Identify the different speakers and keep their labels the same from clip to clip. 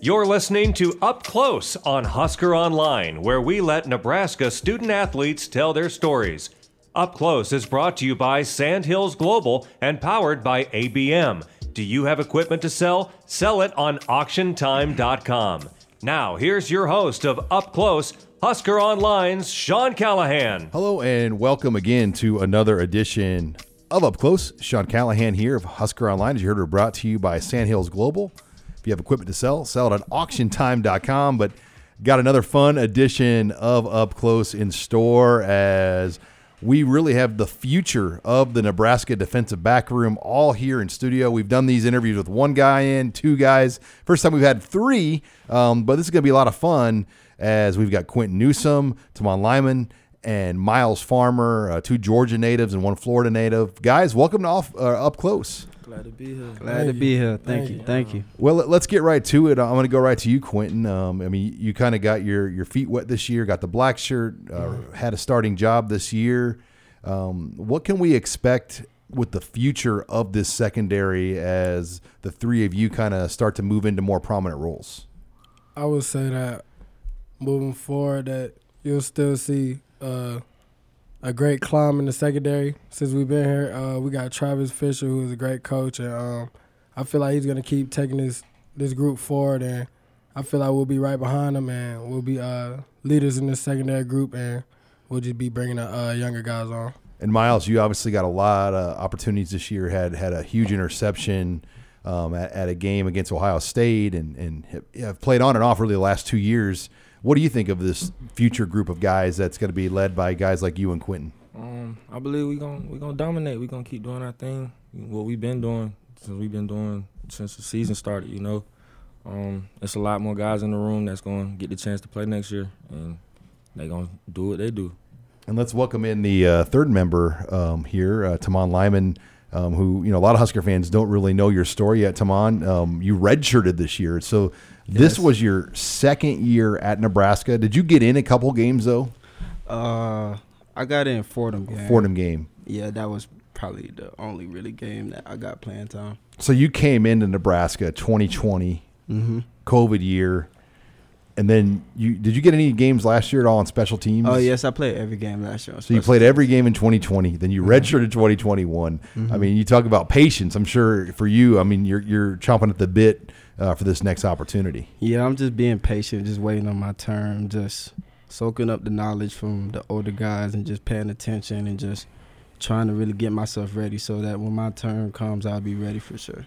Speaker 1: You're listening to Up Close on Husker Online, where we let Nebraska student athletes tell their stories. Up Close is brought to you by Sandhills Global and powered by ABM. Do you have equipment to sell? Sell it on auctiontime.com. Now, here's your host of Up Close, Husker Online's Sean Callahan.
Speaker 2: Hello, and welcome again to another edition of Up Close. Sean Callahan here of Husker Online. As you heard, we're brought to you by Sandhills Global. If you have equipment to sell, sell it on auctiontime.com. But got another fun edition of Up Close in store as we really have the future of the Nebraska defensive back room all here in studio. We've done these interviews with one guy in, two guys. First time we've had three, um, but this is going to be a lot of fun as we've got Quentin Newsom, Tamon Lyman, and Miles Farmer, uh, two Georgia natives and one Florida native. Guys, welcome to off, uh, Up Close.
Speaker 3: Glad to be here.
Speaker 4: Glad Thank to be here. Thank, you. Thank you.
Speaker 2: Well, let's get right to it. I'm going to go right to you, Quentin. Um, I mean, you kind of got your your feet wet this year. Got the black shirt. Uh, mm-hmm. Had a starting job this year. Um, what can we expect with the future of this secondary as the three of you kind of start to move into more prominent roles?
Speaker 3: I would say that moving forward, that you'll still see. Uh, a great climb in the secondary since we've been here. Uh, we got Travis Fisher, who is a great coach, and um, I feel like he's gonna keep taking this this group forward, and I feel like we'll be right behind him, and we'll be uh, leaders in this secondary group, and we'll just be bringing the uh, younger guys on.
Speaker 2: And Miles, you obviously got a lot of opportunities this year. Had had a huge interception. Um, at, at, a game against Ohio State, and and have played on and off really the last two years. What do you think of this future group of guys that's going to be led by guys like you and Quentin?
Speaker 5: Um, I believe we're going we gonna dominate. We're going to keep doing our thing, what we've been doing since we've been doing since the season started, you know. Um, it's a lot more guys in the room that's going to get the chance to play next year, and they're going to do what they do.
Speaker 2: And let's welcome in the uh, third member um, here, uh, Tamon Lyman. Um, who you know a lot of Husker fans don't really know your story yet. Tamon, um, you redshirted this year, so this yes. was your second year at Nebraska. Did you get in a couple games though?
Speaker 4: Uh, I got in Fordham game.
Speaker 2: Fordham game.
Speaker 4: Yeah, that was probably the only really game that I got playing time.
Speaker 2: So you came into Nebraska 2020, mm-hmm. COVID year. And then you did you get any games last year at all on special teams?
Speaker 4: Oh yes, I played every game last year.
Speaker 2: so you played teams. every game in 2020. Then you mm-hmm. redshirted 2021. Mm-hmm. I mean, you talk about patience. I'm sure for you, I mean, you're you're chomping at the bit uh, for this next opportunity.
Speaker 4: Yeah, I'm just being patient, just waiting on my turn, just soaking up the knowledge from the older guys, and just paying attention, and just trying to really get myself ready so that when my turn comes, I'll be ready for sure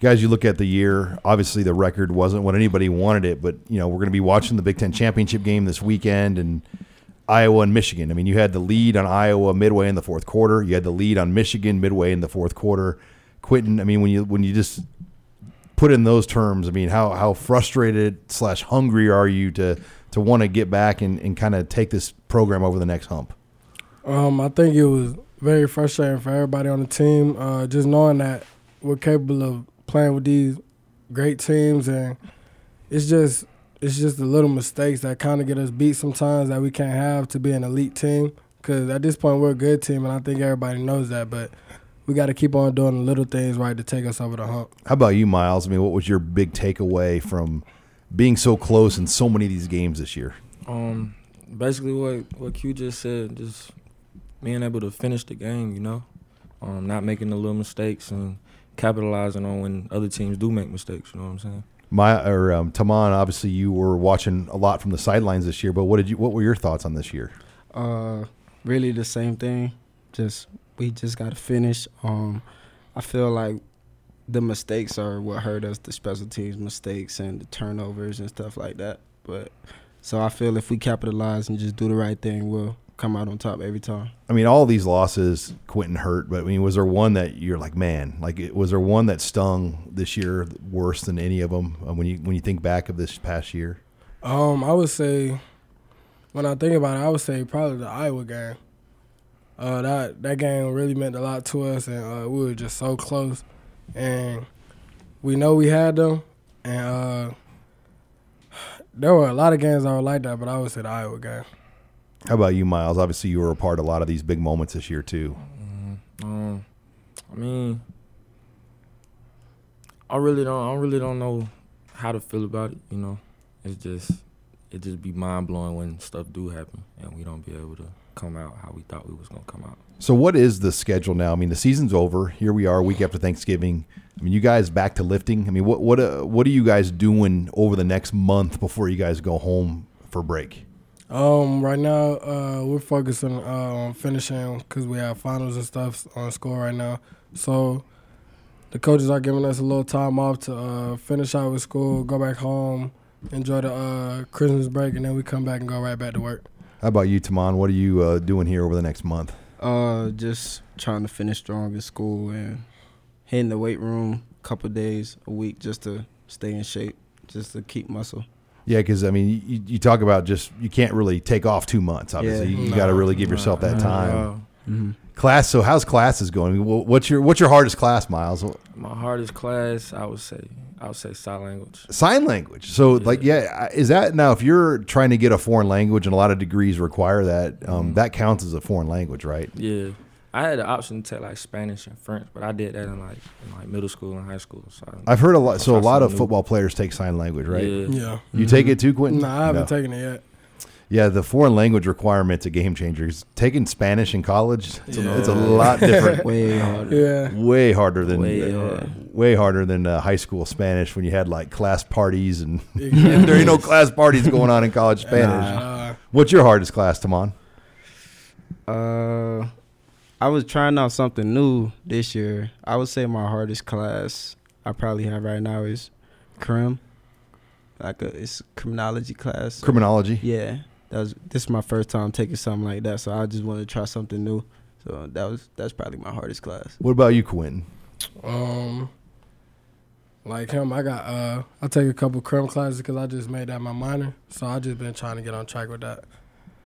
Speaker 2: guys, you look at the year. Obviously, the record wasn't what anybody wanted it, but you know we're going to be watching the Big Ten championship game this weekend and Iowa and Michigan. I mean, you had the lead on Iowa midway in the fourth quarter. You had the lead on Michigan midway in the fourth quarter. Quitting. I mean, when you when you just put in those terms, I mean, how how frustrated slash hungry are you to to want to get back and, and kind of take this program over the next hump?
Speaker 3: Um, I think it was very frustrating for everybody on the team. Uh, just knowing that we're capable of playing with these great teams and it's just it's just the little mistakes that kind of get us beat sometimes that we can't have to be an elite team because at this point we're a good team and i think everybody knows that but we got to keep on doing the little things right to take us over the hump
Speaker 2: how about you miles i mean what was your big takeaway from being so close in so many of these games this year
Speaker 5: um basically what what q just said just being able to finish the game you know um not making the little mistakes and capitalizing on when other teams do make mistakes. You know what I'm saying?
Speaker 2: My or um, Taman, obviously you were watching a lot from the sidelines this year, but what did you? What were your thoughts on this year?
Speaker 4: Uh, really the same thing. Just we just got to finish. Um, I feel like the mistakes are what hurt us. The special teams mistakes and the turnovers and stuff like that. But so I feel if we capitalize and just do the right thing, we'll come out on top every time.
Speaker 2: I mean, all these losses, Quentin hurt, but I mean, was there one that you're like, man, like, it- was there one that stung this year worse than any of them uh, when you when you think back of this past year?
Speaker 3: Um, I would say when I think about it, I would say probably the Iowa game. Uh, that that game really meant a lot to us, and uh, we were just so close, and we know we had them, and uh, there were a lot of games that were like that, but I would say the Iowa game.
Speaker 2: How about you, Miles? Obviously, you were a part of a lot of these big moments this year too.
Speaker 5: Um, I mean, I really don't. I really don't know how to feel about it. You know, it's just it just be mind blowing when stuff do happen and we don't be able to come out how we thought we was gonna come out.
Speaker 2: So, what is the schedule now? I mean, the season's over. Here we are, week after Thanksgiving. I mean, you guys back to lifting. I mean, what what uh, what are you guys doing over the next month before you guys go home for break?
Speaker 3: Um, right now, uh, we're focusing uh, on finishing because we have finals and stuff on score right now. So the coaches are giving us a little time off to uh, finish out with school, go back home, enjoy the uh, Christmas break, and then we come back and go right back to work.
Speaker 2: How about you, Taman? What are you uh, doing here over the next month?
Speaker 4: Uh, just trying to finish strong in school and hitting the weight room a couple days a week just to stay in shape, just to keep muscle.
Speaker 2: Yeah, because I mean, you, you talk about just you can't really take off two months. Obviously,
Speaker 4: Yeah.
Speaker 2: you, got to really give yourself that time.
Speaker 4: Mm-hmm.
Speaker 2: Class. So, how's classes going? I mean, wh- What's your what's your hardest class, Miles?
Speaker 5: My hardest class, I would say, I would say sign language.
Speaker 2: Sign language. So, like, yeah, I- is that now? If you're trying to get a foreign language, and a lot of degrees require that, um, that counts as a foreign language, right?
Speaker 5: Mm-hmm. Yeah, I had the option to take like Spanish and French, but I did that in like in like middle school and high school. So I-
Speaker 2: I've heard a lot.
Speaker 5: I'll
Speaker 2: So, a
Speaker 5: try
Speaker 2: lot of
Speaker 5: something new.
Speaker 2: football players take sign language, right?
Speaker 5: Yeah.
Speaker 3: Yeah.
Speaker 2: You take it too, Quentin?
Speaker 3: Nah, I haven't
Speaker 2: No.
Speaker 3: taken it yet.
Speaker 2: Yeah, the foreign language requirement's a game changer. 'Cause Taking Spanish in college, it's, a, it's a
Speaker 5: Yeah.
Speaker 2: lot different.
Speaker 4: Way harder.
Speaker 3: Yeah.
Speaker 2: way harder than uh,
Speaker 5: Way
Speaker 2: way,
Speaker 5: hard.
Speaker 2: harder than uh, high school Spanish when you had like class parties and
Speaker 3: Exactly.
Speaker 2: there ain't no class parties going on in college Spanish.
Speaker 3: Uh,
Speaker 2: What's your hardest class, Tamon?
Speaker 4: Uh, I was trying out something new this year. I would say my hardest class I probably have right now is crim, like a it's criminology class. so-
Speaker 2: Criminology.
Speaker 4: Yeah, that was this is my first time taking something like that, so I just wanted to try something new. So that was that's probably my hardest class.
Speaker 2: What about you, Quentin?
Speaker 3: um, like him, I got uh, I take a couple crim classes because I just made that my minor, so I just been trying to get on track with that.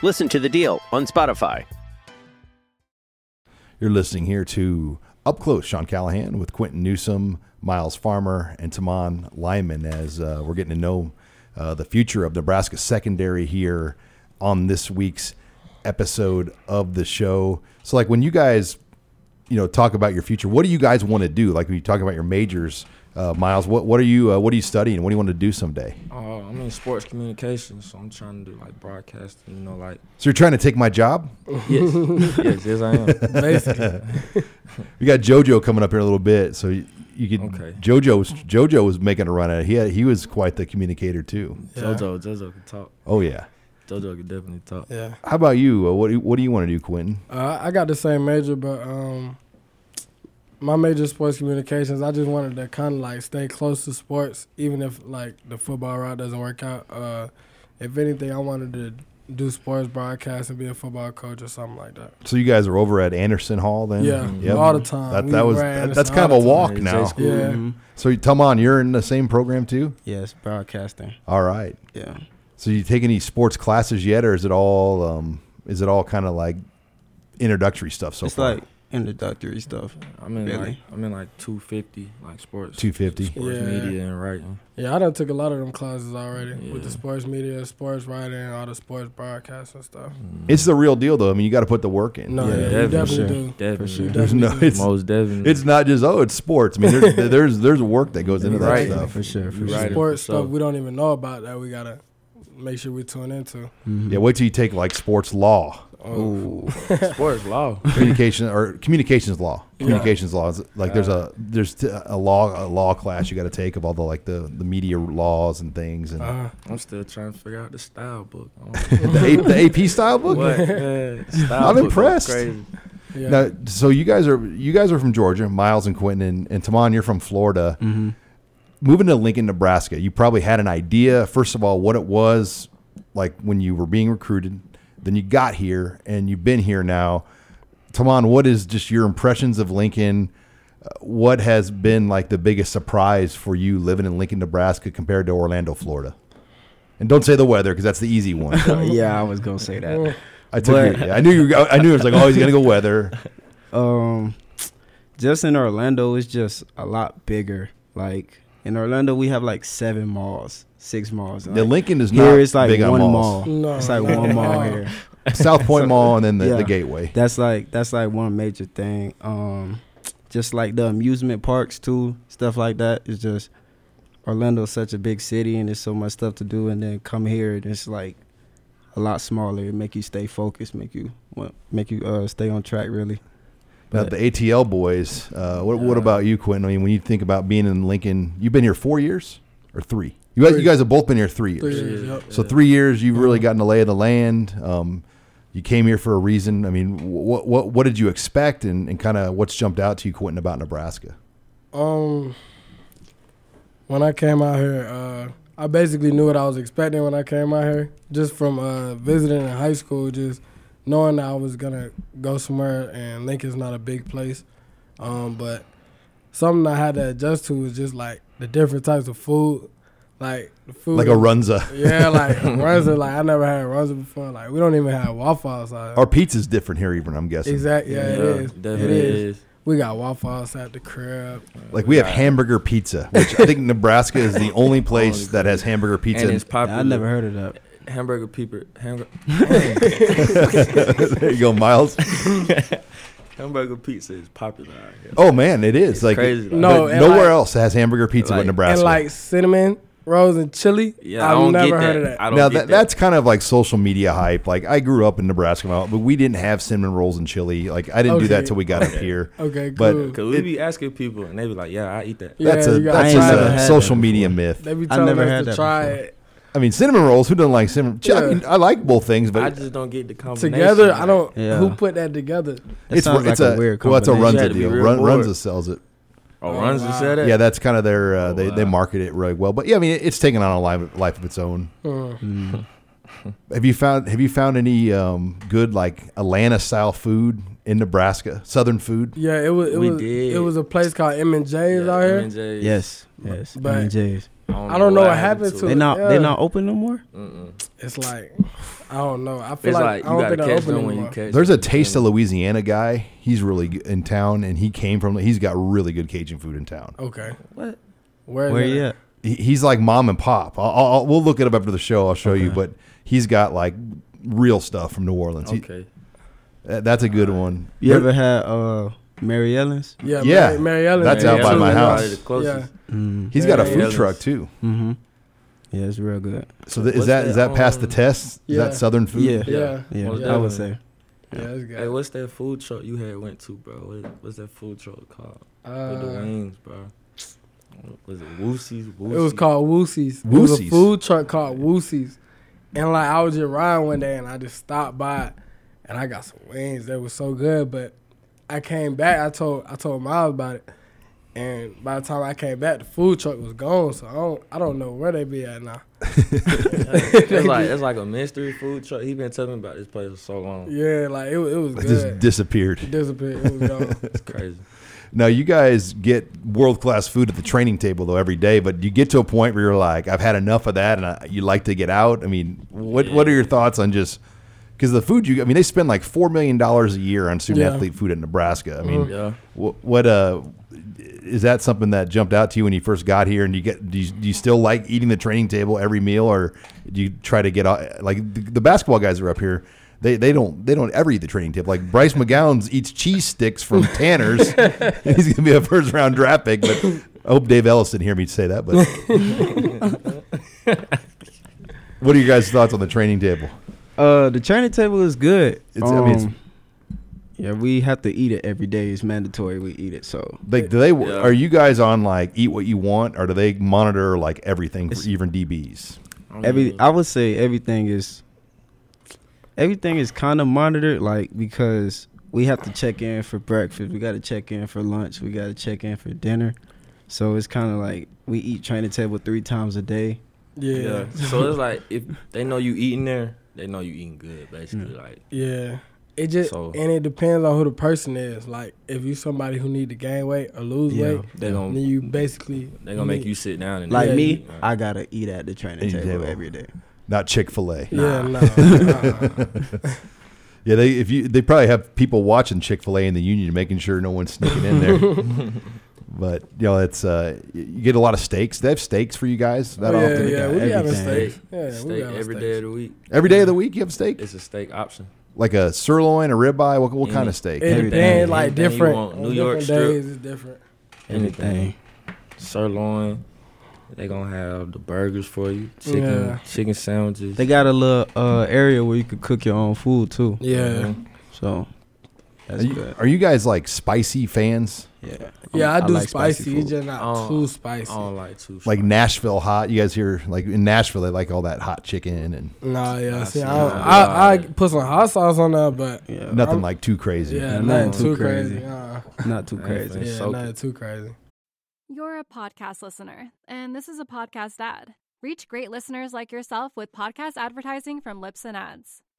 Speaker 6: Listen to The Deal on Spotify.
Speaker 2: You're listening here to Up Close, Sean Callahan with Quentin Newsom, Miles Farmer, and Tamon Lyman as uh, we're getting to know uh, the future of Nebraska secondary here on this week's episode of the show. So, like when you guys, you know, talk about your future, what do you guys want to do? Like when you talk about your majors, uh, Miles, what what are you uh, what are you studying? What do you want to do someday?
Speaker 5: Uh, I'm in sports communications, so I'm trying to do like broadcasting. You know, like
Speaker 2: So you're trying to take my job?
Speaker 5: yes, yes, yes, I am.
Speaker 3: Basically,
Speaker 2: We got JoJo coming up here in a little bit, so you, you could.
Speaker 5: Okay.
Speaker 2: JoJo was JoJo was making a run at it. He had, he was quite the communicator too.
Speaker 5: Jojo, Jojo can talk.
Speaker 2: Oh yeah.
Speaker 5: Jojo can definitely talk.
Speaker 3: yeah.
Speaker 2: How about you? Uh, What do you- what do you want to do, Quentin?
Speaker 3: Uh, I got the same major, but um, my major is sports communications. I just wanted to kind of like stay close to sports, even if like the football route doesn't work out. Uh, if anything, I wanted to do sports broadcast and be a football coach or something like that.
Speaker 2: So you guys are over at Anderson Hall then?
Speaker 3: Yeah,
Speaker 2: Yep.
Speaker 3: all the time.
Speaker 2: That,
Speaker 3: We
Speaker 2: that was
Speaker 3: ran
Speaker 2: that-
Speaker 3: Anderson
Speaker 2: that's
Speaker 3: all
Speaker 2: kind
Speaker 3: the
Speaker 2: of a
Speaker 3: time.
Speaker 2: walk
Speaker 5: Hey,
Speaker 2: now.
Speaker 5: J-School.
Speaker 3: Yeah,
Speaker 4: Mhm.
Speaker 2: So Taman, you're in the same program too.
Speaker 4: Yes, broadcasting.
Speaker 2: All right.
Speaker 4: Yeah.
Speaker 2: So you take any sports classes yet, or is it all um, is it all kind of like introductory stuff so
Speaker 4: it's
Speaker 2: far?
Speaker 4: like introductory stuff.
Speaker 5: I'm in
Speaker 4: really.
Speaker 5: like I'm in like 250, like sports.
Speaker 2: 250.
Speaker 5: Sports
Speaker 3: Yeah.
Speaker 5: media and writing.
Speaker 3: Yeah, I done took a lot of them classes already with
Speaker 5: Yeah.
Speaker 3: the sports media, sports writing, all the sports broadcast and stuff.
Speaker 2: It's the real deal, though. I mean, you got to put the work in.
Speaker 3: No, yeah, you definitely do.
Speaker 5: Devin,
Speaker 3: You
Speaker 5: yeah.
Speaker 3: definitely
Speaker 2: no,
Speaker 3: do.
Speaker 2: it's
Speaker 5: Most definitely.
Speaker 2: It's not just oh, it's sports. I mean, there's there's, there's work that goes into that
Speaker 4: Right,
Speaker 2: stuff.
Speaker 4: for sure, for
Speaker 5: You
Speaker 4: sure.
Speaker 5: write it
Speaker 3: sports
Speaker 5: for yourself.
Speaker 3: stuff we don't even know about that we gotta make sure we tune into.
Speaker 2: Yeah, wait till you take like sports law,
Speaker 4: Ooh,
Speaker 5: Sports law.
Speaker 2: communication or communications law, communications laws. Like there's a there's t- a law a law class you got to take of all the like the the media laws and things and
Speaker 3: Uh,
Speaker 5: I'm still trying to figure out the style book.
Speaker 2: the, A, the AP style book.
Speaker 5: What? Man, style
Speaker 2: I'm
Speaker 5: book was
Speaker 2: impressed.
Speaker 5: Crazy.
Speaker 3: yeah.
Speaker 2: Now, so you guys are you guys are from Georgia, Miles and Quentin, and, and Taman. You're from Florida. Moving to Lincoln, Nebraska, you probably had an idea first of all what it was like when you were being recruited. Then you got here, and you've been here now. Taman, what is just your impressions of Lincoln? Uh, What has been like the biggest surprise for you living in Lincoln, Nebraska, compared to Orlando, Florida? And don't say the weather because that's the easy one.
Speaker 4: yeah, I was gonna say that.
Speaker 2: I took.
Speaker 4: But-
Speaker 2: your- I knew you. I knew it was like, oh, he's gonna go weather.
Speaker 4: Um, just in Orlando, it's just a lot bigger. Like in Orlando, we have like seven malls, six malls. and,
Speaker 2: The
Speaker 4: like,
Speaker 2: Lincoln is not
Speaker 4: here it's like
Speaker 2: big on
Speaker 4: one mall.
Speaker 2: malls.
Speaker 3: No,
Speaker 4: it's like
Speaker 3: not
Speaker 4: one
Speaker 3: at
Speaker 4: mall
Speaker 3: all.
Speaker 4: here.
Speaker 2: South Point Mall and then the, the
Speaker 4: Yeah.
Speaker 2: Gateway.
Speaker 4: That's like that's like one major thing. Um, just like the amusement parks too, stuff like that. It's just Orlando's such a big city and there's so much stuff to do, and then come here and it's like a lot smaller. It make you stay focused, make you want, make you uh stay on track really.
Speaker 2: Now, the ATL boys. Uh, what, what about you, Quentin? I mean, when you think about being in Lincoln, you've been here four years or three. You guys, you
Speaker 3: Three.
Speaker 2: guys have both been here three years.
Speaker 3: Three years, yep.
Speaker 2: So three years, you've really gotten the lay of the land. Um, you came here for a reason. I mean, what what what did you expect, and, and kind of what's jumped out to you, Quentin, about Nebraska?
Speaker 3: Um, when I came out here, uh, I basically knew what I was expecting when I came out here, just from uh, visiting in high school, just knowing that I was gonna go somewhere and Lincoln's not a big place, um, but something I had to adjust to was just like the different types of food, like the food
Speaker 2: Like a runza.
Speaker 3: Yeah, like Runza. Like I never had Runza before. Like we don't even have waffle outside.
Speaker 2: Our pizza's different here, even I'm guessing.
Speaker 3: exactly. Yeah, it is. It
Speaker 5: Definitely
Speaker 3: is.
Speaker 5: is.
Speaker 3: We got waffle outside the crib.
Speaker 2: Like we have hamburger pizza, which I think Nebraska is the only place that has hamburger pizza.
Speaker 5: And it's popular.
Speaker 4: I never heard of that.
Speaker 5: hamburger people. Hamburger,
Speaker 2: there you go, Miles.
Speaker 5: hamburger pizza is popular. out here.
Speaker 2: Oh man, it is like
Speaker 5: crazy, like-
Speaker 2: no,
Speaker 3: No, and
Speaker 2: nowhere
Speaker 3: like-
Speaker 2: else has hamburger pizza but
Speaker 5: Like-
Speaker 2: Nebraska.
Speaker 3: and like cinnamon rolls and chili.
Speaker 5: Yeah, I
Speaker 3: I've
Speaker 5: don't
Speaker 3: never
Speaker 5: get
Speaker 3: heard
Speaker 5: that.
Speaker 3: of that.
Speaker 5: I don't
Speaker 2: now
Speaker 5: get
Speaker 2: that, that's kind of like social media hype. Like I grew up in Nebraska, but we didn't have cinnamon rolls and chili. Like I didn't do that
Speaker 3: Okay.
Speaker 2: till we got up here.
Speaker 3: okay,
Speaker 2: but
Speaker 3: cool.
Speaker 5: Cause we be asking people and they be like, "Yeah, I eat that."
Speaker 2: That's
Speaker 3: Yeah,
Speaker 2: a
Speaker 3: you gotta
Speaker 2: that's
Speaker 4: try
Speaker 2: just
Speaker 4: it. I
Speaker 2: a
Speaker 4: had
Speaker 2: social
Speaker 4: that
Speaker 2: media myth.
Speaker 3: they be
Speaker 4: I
Speaker 3: telling
Speaker 4: never
Speaker 3: us
Speaker 4: had
Speaker 3: to
Speaker 4: that
Speaker 3: try
Speaker 4: before.
Speaker 3: it
Speaker 2: I mean, cinnamon rolls. Who doesn't like cinnamon? I,
Speaker 3: Yeah.
Speaker 2: mean, I like both things,
Speaker 5: I
Speaker 2: but
Speaker 5: just don't get the combination. uh,
Speaker 3: together. I don't.
Speaker 4: Yeah.
Speaker 3: Who put that together?
Speaker 4: That
Speaker 2: it's
Speaker 4: sounds
Speaker 2: it's
Speaker 4: like
Speaker 2: a,
Speaker 4: a weird
Speaker 2: well, it's a
Speaker 4: combination.
Speaker 5: You had to
Speaker 2: Runza
Speaker 5: be
Speaker 2: deal.
Speaker 5: real
Speaker 2: Run,
Speaker 5: bored.
Speaker 2: Runza sells it.
Speaker 5: Oh,
Speaker 3: Oh,
Speaker 5: runs and
Speaker 3: wow.
Speaker 5: said it.
Speaker 2: Yeah, that's kind of their
Speaker 3: Oh,
Speaker 2: uh, they they
Speaker 5: wow.
Speaker 2: market it really well. But yeah, I mean, it's taken on a life life of its own.
Speaker 3: Mm.
Speaker 2: Have you found Have you found any um, good like Atlanta style food in Nebraska? Southern food.
Speaker 3: Yeah, it was. It
Speaker 5: We
Speaker 3: was.
Speaker 5: did.
Speaker 3: It was a place called M and J's out here.
Speaker 5: M&J's.
Speaker 4: Yes, yes.
Speaker 3: But-
Speaker 4: But J's.
Speaker 3: I don't know what happened to
Speaker 4: They
Speaker 3: it.
Speaker 4: not
Speaker 3: yeah.
Speaker 4: they not open no more.
Speaker 3: It's like I don't know. I feel
Speaker 5: It's
Speaker 3: like,
Speaker 5: like,
Speaker 3: I
Speaker 5: you
Speaker 3: don't
Speaker 5: gotta
Speaker 3: think they
Speaker 5: catch
Speaker 3: open
Speaker 5: them when you
Speaker 3: anymore.
Speaker 5: catch.
Speaker 2: There's a
Speaker 5: them.
Speaker 2: Taste of Louisiana guy. He's really g- in town, and he came from. He's got really good Cajun food in town.
Speaker 3: Okay,
Speaker 5: What?
Speaker 3: where is
Speaker 4: Where
Speaker 3: it?
Speaker 4: you at?
Speaker 2: He- He's like mom and pop. I'll, I'll, I'll- we'll look it up after the show. I'll show you. But he's got like real stuff from New Orleans. He-
Speaker 5: Okay.
Speaker 2: uh, that's a good one.
Speaker 4: You
Speaker 2: There-
Speaker 4: ever had uh Mary Ellen's?
Speaker 3: Yeah,
Speaker 2: Yeah.
Speaker 3: Mary, Mary Ellen's
Speaker 2: That's
Speaker 3: there
Speaker 2: out by
Speaker 3: too.
Speaker 2: my
Speaker 3: Yeah.
Speaker 2: house.
Speaker 5: Probably the closest.
Speaker 4: Mm.
Speaker 2: he's got a
Speaker 3: Yeah.
Speaker 2: food truck too.
Speaker 4: Mm-hmm. Yeah, it's real good.
Speaker 2: So th- is
Speaker 5: What's
Speaker 2: that
Speaker 5: that,
Speaker 2: is that past the
Speaker 5: um,
Speaker 2: test? Is
Speaker 3: yeah.
Speaker 2: that Southern food?
Speaker 4: Yeah.
Speaker 3: Yeah, yeah,
Speaker 5: Yeah.
Speaker 4: Yeah,
Speaker 5: Most
Speaker 4: I would
Speaker 5: definitely.
Speaker 4: say.
Speaker 3: it's good.
Speaker 5: Hey, what's that food truck you had went to, bro? What, what's that food truck called? With the
Speaker 3: Uh,
Speaker 5: wings, bro. Was it Woosie's?
Speaker 3: It was called Woosie's. It was a
Speaker 2: Woosie's.
Speaker 3: food truck called Woosie's. And like I was just riding one day and I just stopped by and I got some wings. They were so good. But I came back, I told I told Miles about it. And by the time I came back, the food truck was gone. So I don't I don't know where they be at now.
Speaker 5: it's like it's like a mystery food truck. He been telling me about this place for so long.
Speaker 3: Yeah, like it, wa- it was
Speaker 2: It just
Speaker 3: good.
Speaker 2: disappeared.
Speaker 3: It disappeared. It was gone.
Speaker 5: It's crazy.
Speaker 2: Now you guys get world class food at the training table though every day, but you get to a point where you're like, I've had enough of that, and I, you like to get out. I mean, what what are your thoughts on just because the food you, I mean, they spend like four million dollars a year on student
Speaker 5: Yeah.
Speaker 2: athlete food in Nebraska. I mean,
Speaker 5: Mhm. Yeah.
Speaker 2: wh- what uh, is that something that jumped out to you when you first got here? And you get, do you, do you still like eating the training table every meal, or do you try to get out- like the, the basketball guys are up here? They, they don't they don't ever eat the training table. Like Bryce McGowan's eats cheese sticks from Tanner's. He's gonna be a first round draft pick, but I hope Dave Ellis didn't hear me say that. But what are your guys' thoughts on the training table?
Speaker 4: Uh, the training table is good.
Speaker 2: It's- I mean, it's-
Speaker 4: Um, yeah, we have to eat it every day. It's mandatory. We eat it. So
Speaker 2: Like, do they are you guys on like eat what you want, or do they monitor like everything for even DBs?
Speaker 4: every I would say everything is everything is kind of monitored like because we have to check in for breakfast, we got to check in for lunch, we got to check in for dinner. So it's kind of like we eat training table 3 times a day.
Speaker 3: Yeah.
Speaker 7: So it's like if they know you eating there, they know you eating good, basically. Like
Speaker 3: Mm. Yeah. It just
Speaker 7: So-
Speaker 3: and it depends on who the person is. Like if you somebody who need to gain weight or lose
Speaker 4: Yeah,
Speaker 3: weight,
Speaker 7: they gon-
Speaker 3: then you basically
Speaker 7: they gonna make you sit down and
Speaker 4: Like
Speaker 3: Yeah,
Speaker 4: me,
Speaker 3: you-
Speaker 4: I got to eat at the training
Speaker 2: Eat
Speaker 4: table,
Speaker 2: table.
Speaker 4: every day.
Speaker 2: Not Chick Fil A.
Speaker 3: Yeah, Nah. no,
Speaker 2: yeah, they if you they probably have people watching Chick Fil A in the union, making sure no one's sneaking in there. but you know, it's uh, you get a lot of steaks. They have steaks for you guys that
Speaker 3: Oh, yeah,
Speaker 2: often.
Speaker 3: yeah, we be having
Speaker 2: Everything.
Speaker 3: steak.
Speaker 7: steak,
Speaker 3: Yeah, we
Speaker 7: steak
Speaker 3: got
Speaker 7: every day
Speaker 3: steaks.
Speaker 7: of the week.
Speaker 2: Every day of the week, you have a steak,
Speaker 7: It's a steak option.
Speaker 2: like a sirloin, a ribeye. What, what kind
Speaker 7: Any-
Speaker 2: of steak?
Speaker 3: It
Speaker 7: Every day.
Speaker 3: depends, like
Speaker 7: Anything you
Speaker 3: different.
Speaker 7: want.
Speaker 3: on
Speaker 7: New York
Speaker 3: different
Speaker 7: strip.
Speaker 3: days is different.
Speaker 7: Anything. Sirloin. They gonna have the burgers for you. Chicken
Speaker 3: Yeah.
Speaker 7: chicken sandwiches.
Speaker 4: They got a little uh, area where you could cook your own food too.
Speaker 3: Yeah,
Speaker 7: Mhm.
Speaker 4: So
Speaker 2: Are
Speaker 4: that's
Speaker 2: you,
Speaker 4: good.
Speaker 2: are you guys like spicy fans?
Speaker 4: Yeah.
Speaker 3: yeah, I
Speaker 4: I'm-
Speaker 3: do
Speaker 4: like
Speaker 3: spicy.
Speaker 4: food.
Speaker 3: It's just not
Speaker 7: Oh,
Speaker 3: too
Speaker 7: I
Speaker 3: spicy.
Speaker 7: don't like too
Speaker 2: Like Nashville hot. You guys hear like in Nashville they like all that hot chicken and
Speaker 3: Nah, yeah.
Speaker 7: I
Speaker 3: See,
Speaker 7: see.
Speaker 3: I, don't-
Speaker 7: Nah,
Speaker 3: I, I
Speaker 7: yeah.
Speaker 3: put some hot sauce on that, but
Speaker 4: Yeah.
Speaker 2: nothing
Speaker 3: Uh, I'm-
Speaker 2: like too crazy.
Speaker 3: yeah,
Speaker 4: nothing
Speaker 3: nothing
Speaker 4: too
Speaker 3: too crazy.
Speaker 4: crazy.
Speaker 3: Uh,
Speaker 4: Not too
Speaker 7: I ain't
Speaker 4: crazy.
Speaker 7: finna
Speaker 3: yeah,
Speaker 7: soak
Speaker 3: nothing
Speaker 7: it.
Speaker 3: too crazy.
Speaker 8: You're a podcast listener, and this is a podcast ad. Reach great listeners like yourself with podcast advertising from Lips and Ads.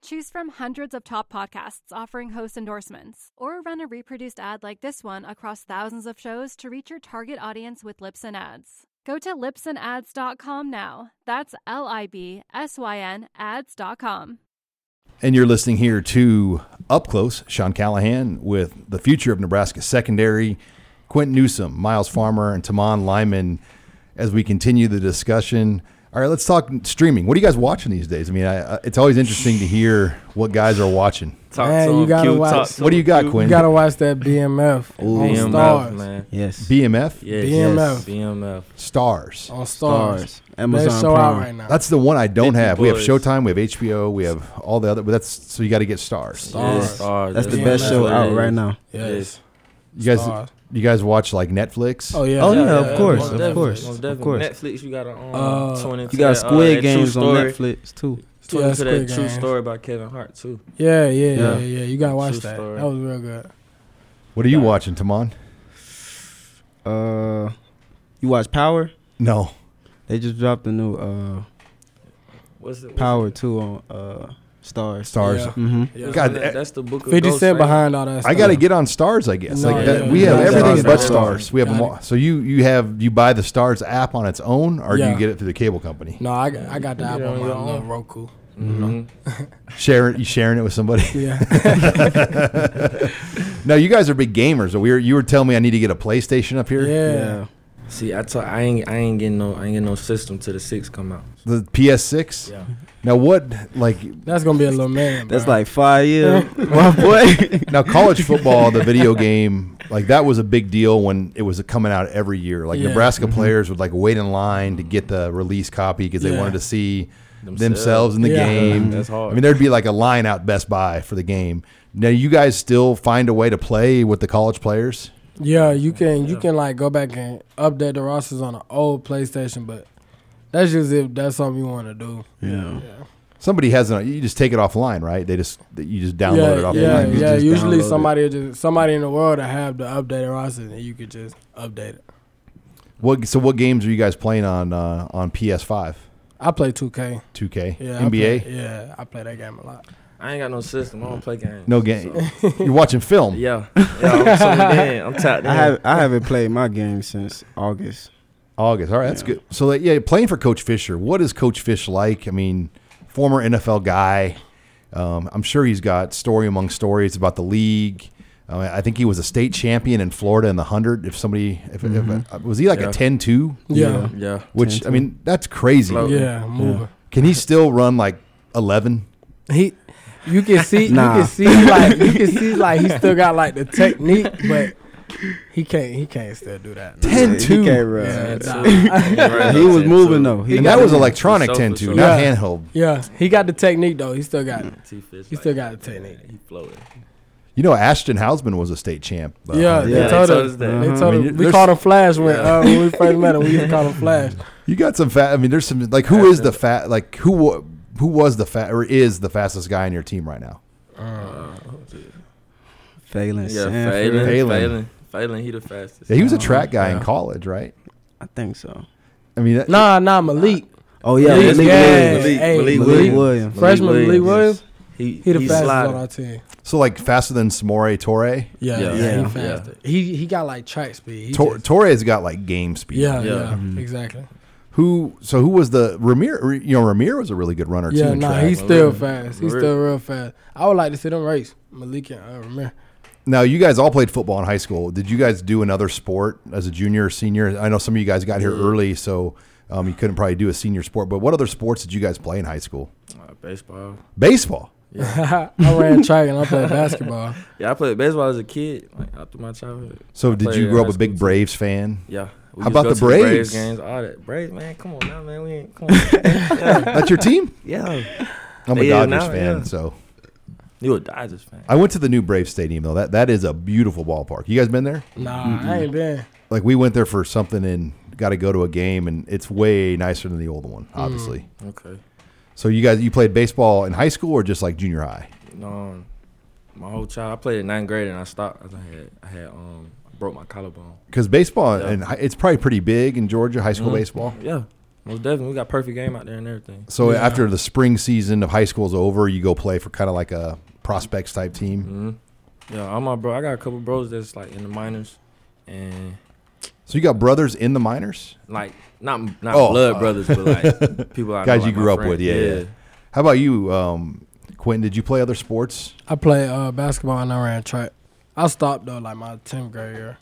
Speaker 8: Choose from hundreds of top podcasts offering host endorsements, or run a reproduced ad like this one across thousands of shows to reach your target audience with Lips and Ads. Go to lipsandads.com now. That's L I B S Y N ads.com.
Speaker 2: And you're listening here to Up Close, Sean Callahan with the future of Nebraska secondary, Quentin Newsom, Miles Farmer, and Tamon Lyman as we continue the discussion. All right, let's talk streaming. What are you guys watching these days? I mean, I, I- it's always interesting to hear what guys are watching.
Speaker 7: Talk
Speaker 3: Man,
Speaker 7: to
Speaker 3: you
Speaker 7: him,
Speaker 3: gotta
Speaker 7: Q,
Speaker 3: watch-
Speaker 7: talk to
Speaker 2: What do you
Speaker 7: him,
Speaker 2: got,
Speaker 7: Q.
Speaker 2: Quinn?
Speaker 3: You gotta watch that BMF on
Speaker 7: BMF,
Speaker 3: Stars.
Speaker 7: man.
Speaker 4: Yes.
Speaker 2: BMF?
Speaker 7: Yes,
Speaker 3: BMF.
Speaker 7: yes, BMF.
Speaker 2: Stars.
Speaker 3: On Stars.
Speaker 4: Stars. Amazon
Speaker 3: they show
Speaker 4: Prime.
Speaker 3: out right now.
Speaker 2: That's the one I don't
Speaker 7: Mickey
Speaker 2: have. We have
Speaker 7: Boys.
Speaker 2: Showtime, we have HBO, we have all the other, but that's so you got to get Stars.
Speaker 3: Stars.
Speaker 7: Yes, Stars.
Speaker 4: That's the
Speaker 3: Yeah,
Speaker 4: best
Speaker 3: that's
Speaker 4: show
Speaker 3: what it
Speaker 4: out
Speaker 3: is.
Speaker 4: right now.
Speaker 3: yes.
Speaker 2: You guys,
Speaker 3: Stars.
Speaker 2: you guys watch like Netflix?
Speaker 3: Oh yeah.
Speaker 4: Oh, yeah, of course,
Speaker 7: most
Speaker 4: of
Speaker 7: definitely,
Speaker 4: course,
Speaker 7: most
Speaker 4: of
Speaker 7: definitely.
Speaker 4: course.
Speaker 7: Netflix, you got to um,
Speaker 3: Uh,
Speaker 7: tune into
Speaker 4: You got
Speaker 7: that, uh,
Speaker 4: Squid
Speaker 7: that True
Speaker 4: Games on
Speaker 7: Story.
Speaker 4: Netflix too.
Speaker 7: Tune
Speaker 3: Yeah,
Speaker 7: into that
Speaker 3: Squid
Speaker 7: True
Speaker 3: Games.
Speaker 7: Story by Kevin Hart too.
Speaker 3: Yeah, yeah, yeah,
Speaker 4: Yeah.
Speaker 3: yeah, You gotta watch
Speaker 7: True
Speaker 3: that.
Speaker 7: story.
Speaker 3: That was real good.
Speaker 2: What are you watching, Tamon?
Speaker 4: Uh, you watch Power?
Speaker 2: No.
Speaker 4: They just dropped the new uh
Speaker 7: What's the what's
Speaker 4: Power
Speaker 7: it-
Speaker 4: two on uh Stars.
Speaker 2: Stars.
Speaker 3: Yeah.
Speaker 4: Mm-hmm.
Speaker 3: Yeah.
Speaker 2: God,
Speaker 7: that- that's the book. Of
Speaker 3: Fifty
Speaker 7: Ghost,
Speaker 3: Cent
Speaker 7: right?
Speaker 3: behind all that. Stuff.
Speaker 2: I got to get on stars, I guess.
Speaker 3: No,
Speaker 2: like
Speaker 3: yeah,
Speaker 2: that,
Speaker 3: yeah,
Speaker 2: we have
Speaker 3: yeah.
Speaker 2: everything
Speaker 3: Stars,
Speaker 2: but
Speaker 3: stars.
Speaker 2: stars. We have them
Speaker 3: Got
Speaker 2: all. So you you have you buy the stars app on its own, or do
Speaker 3: Yeah.
Speaker 2: you get it through the cable company?
Speaker 3: No, I got, I got the
Speaker 7: Yeah,
Speaker 3: app on my
Speaker 7: yeah.
Speaker 3: little Roku.
Speaker 7: Mhm.
Speaker 2: Sharing you sharing it with somebody.
Speaker 3: Yeah.
Speaker 2: no, you guys are big gamers. So we were you were telling me I need to get a PlayStation up here.
Speaker 3: yeah.
Speaker 7: See, I told I ain't I ain't getting no I ain't getting no system till the six come out.
Speaker 2: The PS6.
Speaker 7: Yeah.
Speaker 2: Now what? Like
Speaker 3: That's gonna be a little man.
Speaker 4: That's
Speaker 3: bro.
Speaker 4: like five years, my boy.
Speaker 2: now, college football, the video game, like that was a big deal when it was coming out every year. Like
Speaker 3: Yeah. mm-hmm.
Speaker 2: Nebraska players would like wait in line to get the release copy because they
Speaker 3: Yeah.
Speaker 2: wanted to see themselves,
Speaker 7: Themselves.
Speaker 2: in the
Speaker 3: Yeah.
Speaker 2: game.
Speaker 7: That's hard.
Speaker 2: I mean, there'd be like a line out Best Buy for the game. Now, you guys still find a way to play with the college players?
Speaker 3: Yeah, you can you can like go back and update the rosters on an old PlayStation, but that's just if that's something you want to do.
Speaker 4: yeah.
Speaker 2: Somebody has it. You just take it offline, right? They just you just download it
Speaker 3: yeah,
Speaker 2: offline.
Speaker 3: yeah,
Speaker 4: You
Speaker 3: yeah.
Speaker 4: just
Speaker 3: Usually
Speaker 4: download it.
Speaker 3: somebody just somebody in the world that have the updated rosters, and you could just update it.
Speaker 2: What? So what games are you guys playing on uh, on PS5?
Speaker 3: I play 2K.
Speaker 2: 2K.
Speaker 3: Yeah, I
Speaker 2: NBA.
Speaker 3: play- yeah, I play that game a lot.
Speaker 7: I ain't got no system. I don't play games.
Speaker 2: No game.
Speaker 7: so-
Speaker 2: You're watching film.
Speaker 7: Yeah. Yeah, I'm zoned in. I'm tapped in.
Speaker 4: I, have, I haven't played my game since August.
Speaker 2: August. All right, that's good. So that, yeah, playing for Coach Fisher. What is Coach Fish like? I mean, former NFL guy. Um, I'm sure he's got story among stories about the league. Uh, I think he was a state champion in Florida in the hundred. If somebody, if, if, uh, was he like
Speaker 7: Mm-hmm. Yeah.
Speaker 2: a 10-2?
Speaker 7: Yeah. Yeah.
Speaker 2: Which I
Speaker 7: 10-2.
Speaker 2: mean, that's crazy.
Speaker 7: Floating. Yeah, mover. Yeah.
Speaker 2: Can he still run like eleven?
Speaker 3: He, you can see,
Speaker 2: Nah.
Speaker 3: you can see, like you can see, like he still got like the technique, but he can't, he can't still do that.
Speaker 4: Ten Yeah, he two. can't run.
Speaker 3: nah.
Speaker 4: He was moving, though. He
Speaker 2: And that was electronic 10-2, not handheld.
Speaker 3: Yeah, he got the technique though. He still got it. He still got the technique.
Speaker 7: He floated.
Speaker 2: You know, Ashton Hausman was a state champ. uh,
Speaker 3: Yeah, they told us. They
Speaker 4: Uh-huh.
Speaker 3: told
Speaker 2: I mean,
Speaker 3: us- we
Speaker 2: there's-
Speaker 3: called him Flash when, uh, when we first met him. We used to call him Flash.
Speaker 2: You got some fat. I mean, there's some like who is the fat? Like who wa- who was the fat or is the fastest guy on your team right now?
Speaker 4: Phelan
Speaker 7: Yeah,
Speaker 4: Sanford.
Speaker 7: Phelan. Phelan. Phelan, he the fastest.
Speaker 2: Yeah, he was
Speaker 3: Oh,
Speaker 2: a track guy in college, right?
Speaker 4: I think so.
Speaker 2: I mean, that,
Speaker 3: Nah, nah, Malik.
Speaker 4: Oh, yeah,
Speaker 3: Malik,
Speaker 4: Malik
Speaker 3: yeah.
Speaker 4: Williams. Malik-
Speaker 3: hey,
Speaker 4: Malik
Speaker 3: Malik
Speaker 4: Williams.
Speaker 3: Freshman
Speaker 4: Malik
Speaker 3: Malik
Speaker 4: Williams.
Speaker 3: Williams.
Speaker 7: He-
Speaker 3: he the
Speaker 7: he
Speaker 3: fastest on
Speaker 7: slided.
Speaker 3: our team.
Speaker 2: so like faster than Samore Torre.
Speaker 3: Yeah, yeah, he faster. He he got like track speed. He
Speaker 2: Tor-
Speaker 3: just-
Speaker 2: Torre's got like game speed.
Speaker 3: yeah, yeah,
Speaker 4: Mm-hmm.
Speaker 3: exactly.
Speaker 2: Who? So who was the Ramir? You know, Ramir was a really good runner too.
Speaker 3: Yeah,
Speaker 2: in
Speaker 3: nah,
Speaker 2: track.
Speaker 3: he's still fast. He's still real fast. I would like to see them race Malik and uh, Ramir.
Speaker 2: Now, you guys all played football in high school. Did you guys do another sport as a junior or senior? I know some of you guys got here early, so um, you couldn't probably do a senior sport. But what other sports did you guys play in high school?
Speaker 7: Uh, baseball.
Speaker 2: Baseball.
Speaker 3: I ran track and I played basketball.
Speaker 7: Yeah, I played baseball as a kid, like out through my childhood.
Speaker 2: So
Speaker 7: I
Speaker 2: did
Speaker 7: played
Speaker 2: you
Speaker 7: in
Speaker 2: grow
Speaker 7: high
Speaker 2: up a
Speaker 7: school,
Speaker 2: big
Speaker 7: too.
Speaker 2: Braves fan?
Speaker 7: Yeah. We
Speaker 2: How
Speaker 7: used to
Speaker 2: about
Speaker 7: go
Speaker 2: the
Speaker 7: to Braves
Speaker 2: Braves?
Speaker 7: games, all that. Braves, man, come on now, man. We ain't come on. Yeah.
Speaker 2: That's your team?
Speaker 7: Yeah.
Speaker 2: I'm
Speaker 7: They
Speaker 2: a
Speaker 7: is
Speaker 2: Dodgers
Speaker 7: now,
Speaker 2: fan,
Speaker 7: yeah.
Speaker 2: so
Speaker 7: You a Dodgers fan.
Speaker 2: I went to the new Braves Stadium though. That that is a beautiful ballpark. You guys been there?
Speaker 3: Nah, I ain't been.
Speaker 2: Like we went there for something and got to go to a game, and it's way nicer than the old one, obviously.
Speaker 7: Mm-hmm. Okay.
Speaker 2: So you guys, you played baseball in high school or just like junior high?
Speaker 7: Um, my whole child, I played in ninth grade and I stopped. 'cause I had, I had, um, I broke my collarbone.
Speaker 2: Because baseball and hi- it's probably pretty big in Georgia, high school
Speaker 7: Mhm.
Speaker 2: baseball.
Speaker 7: Yeah, most definitely. We got perfect game out there and everything.
Speaker 2: So
Speaker 7: Yeah.
Speaker 2: after the spring season of high school's over, you go play for kind of like a prospects type team.
Speaker 7: Mm-hmm. Yeah, I'm my bro. I got a couple bros that's like in the minors, and
Speaker 2: So you got brothers in the minors?
Speaker 7: like not not
Speaker 2: Oh,
Speaker 7: blood
Speaker 2: uh,
Speaker 7: brothers, but like people I know,
Speaker 2: guys
Speaker 7: like
Speaker 2: you
Speaker 7: my
Speaker 2: grew up
Speaker 7: friends.
Speaker 2: with. Yeah, yeah. How about you, um, Quentin? Did you play other sports?
Speaker 3: I played uh, basketball and I ran track. I stopped though, like my tenth grade year,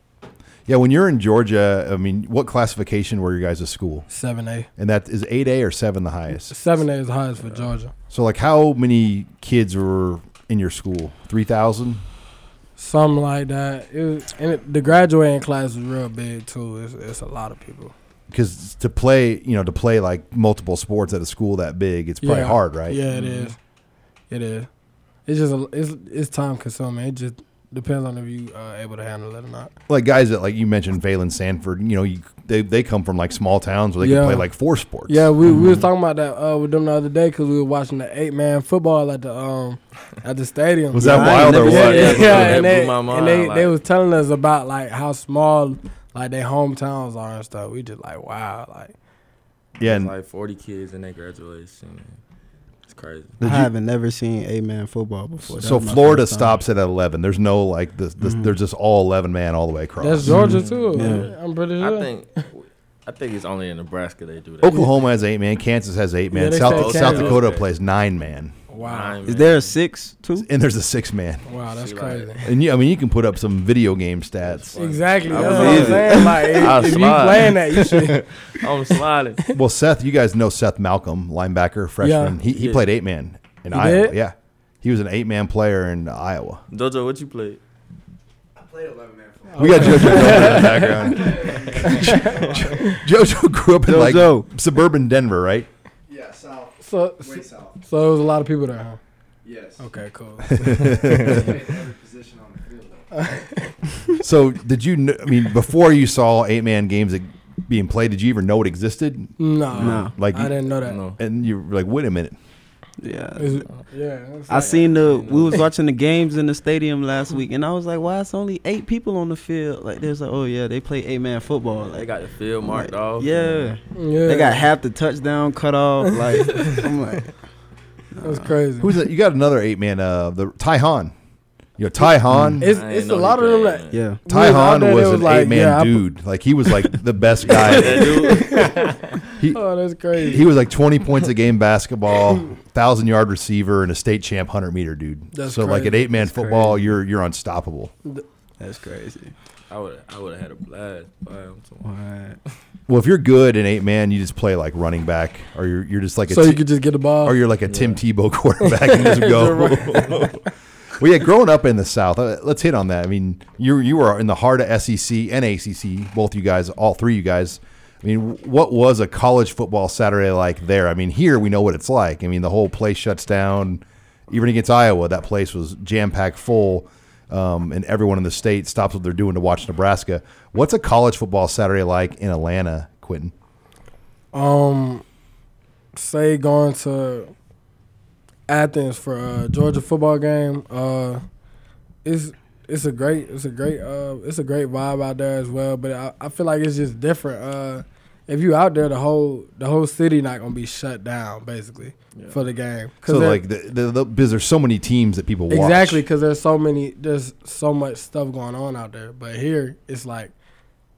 Speaker 2: Yeah, when you're in Georgia, I mean, what classification were your guys at school?
Speaker 3: seven A.
Speaker 2: And that is eight A or seven the highest.
Speaker 3: Seven A is highest for Georgia.
Speaker 2: So like, how many kids were in your school? Three thousand.
Speaker 3: Something like that. It was, and it, the graduating class was real big too. It's, it's a lot of people.
Speaker 2: Because to play, you know, to play like multiple sports at a school that big, it's probably
Speaker 3: Yeah.
Speaker 2: hard, right?
Speaker 3: Yeah, it is. It is. It's just a, it's it's time consuming. It just depends on if you uh, able to handle it or not.
Speaker 2: Like guys that, like you mentioned, Valen Sanford. You know, you, they they come from like small towns where they
Speaker 3: Yeah.
Speaker 2: can play like four sports.
Speaker 3: Yeah, we, we was talking about that uh, with them the other day because we were watching the eight man football at the um at the stadium.
Speaker 2: Was that Yeah, I ain't wild or never what? seen
Speaker 3: Yeah,
Speaker 2: that before.
Speaker 3: and
Speaker 2: That
Speaker 3: they,
Speaker 2: blew my mind,
Speaker 3: and they, they
Speaker 2: like-
Speaker 3: was telling us about like how small like their hometowns are and stuff. We just like wow, like
Speaker 2: Yeah,
Speaker 7: It's
Speaker 2: and-
Speaker 7: like 40 kids in their graduation. It's crazy.
Speaker 4: I haven't never seen a man football before. That
Speaker 2: So
Speaker 4: was my
Speaker 2: Florida
Speaker 4: first time.
Speaker 2: stops it at eleven. There's no like this.
Speaker 3: Mm.
Speaker 2: this There's just all eleven man all the way across.
Speaker 3: that's Georgia
Speaker 2: Mm-hmm.
Speaker 3: too.
Speaker 4: Yeah.
Speaker 3: I'm pretty
Speaker 7: I
Speaker 3: sure.
Speaker 7: think I think it's only in Nebraska they do that.
Speaker 2: Oklahoma has eight man. Kansas has eight
Speaker 7: Yeah,
Speaker 2: man.
Speaker 7: they
Speaker 2: South
Speaker 7: say
Speaker 2: South
Speaker 7: Kansas.
Speaker 2: Dakota plays nine man.
Speaker 7: Wow.
Speaker 4: Is there a six too?
Speaker 2: And there's a six man.
Speaker 3: wow, that's crazy.
Speaker 2: And you, I mean, you can put up some video game stats.
Speaker 3: Exactly.
Speaker 7: I
Speaker 3: That's what I'm
Speaker 7: believe it.
Speaker 3: saying. Like
Speaker 7: I
Speaker 3: if, if you
Speaker 7: slide.
Speaker 3: playing that, you should.
Speaker 7: I'm sliding.
Speaker 2: Well, Seth, you guys know Seth Malcolm, linebacker, freshman.
Speaker 3: Yeah.
Speaker 2: He, he
Speaker 7: Yeah.
Speaker 2: played eight man in
Speaker 3: He
Speaker 2: Iowa.
Speaker 3: did?
Speaker 2: Yeah, he was an eight man player in Iowa.
Speaker 7: Dojo, what you played?
Speaker 2: We got JoJo Jojo in the background. JoJo grew up in like suburban Denver, right?
Speaker 3: Yeah, south. So so, so there was a lot of people there. Huh? Yes. Okay. Cool.
Speaker 2: so did you? Kn- I mean, before you saw eight man games that- being played, did you even know it existed?
Speaker 3: No. No. I didn't know that.
Speaker 2: And you were like, wait a minute.
Speaker 4: Yeah.
Speaker 3: Is it- yeah, that's
Speaker 4: I
Speaker 3: like-
Speaker 4: seen the we was watching the games in the stadium last week, and I was like, "Why it's only eight people on the field?" Like there's like, "Oh yeah, they play eight man football." Like
Speaker 7: They got the field marked off.
Speaker 4: yeah.
Speaker 3: Yeah.
Speaker 4: they got half the touchdown cut off. Like I'm like,
Speaker 3: That's crazy.
Speaker 2: Who's that? You got another eight man. Uh, the Ty Han. You know, Ty Han.
Speaker 3: It's it's a lot of them that
Speaker 4: yeah.
Speaker 2: Ty
Speaker 3: Yeah,
Speaker 2: Han
Speaker 3: I bet it
Speaker 2: was
Speaker 3: was
Speaker 2: an
Speaker 3: like,
Speaker 2: eight man
Speaker 3: yeah, I put-
Speaker 2: dude. like he was like the best guy. he,
Speaker 3: oh that's crazy.
Speaker 2: he was like twenty points a game basketball, thousand yard receiver, and a state champ hundred meter dude.
Speaker 3: That's
Speaker 2: so like
Speaker 3: crazy.
Speaker 2: at eight man
Speaker 3: That's
Speaker 2: football, you're you're unstoppable.
Speaker 4: That's crazy.
Speaker 7: I would I would have had a blast. Wow.
Speaker 4: What?
Speaker 2: Well, if you're good in eight man, you just play like running back, or you're you're just like a
Speaker 3: so you
Speaker 2: Ti-
Speaker 3: could just get the ball.
Speaker 2: or you're like a Tim Tebow quarterback and just go. well, yeah, growing up in the South, uh, let's hit on that. I mean, you you were in the heart of SEC and ACC, both you guys, all three you guys. I mean, what was a college football Saturday like there? I mean, here we know what it's like. I mean, the whole place shuts down. Even against Iowa, that place was jam packed full, um, and everyone in the state stops what they're doing to watch Nebraska. What's a college football Saturday like in Atlanta, Quentin?
Speaker 3: Um, say going to Athens for a Georgia football game. Uh, it's it's a great it's a great uh it's a great vibe out there as well. But I, I feel like it's just different. Uh, if you out there, the whole the whole city not gonna be shut down basically for the game.
Speaker 2: So,
Speaker 3: they're-
Speaker 2: like, the, the, the, because there's so many teams that people watch.
Speaker 3: Exactly, because there's so many, there's so much stuff going on out there. But here, it's like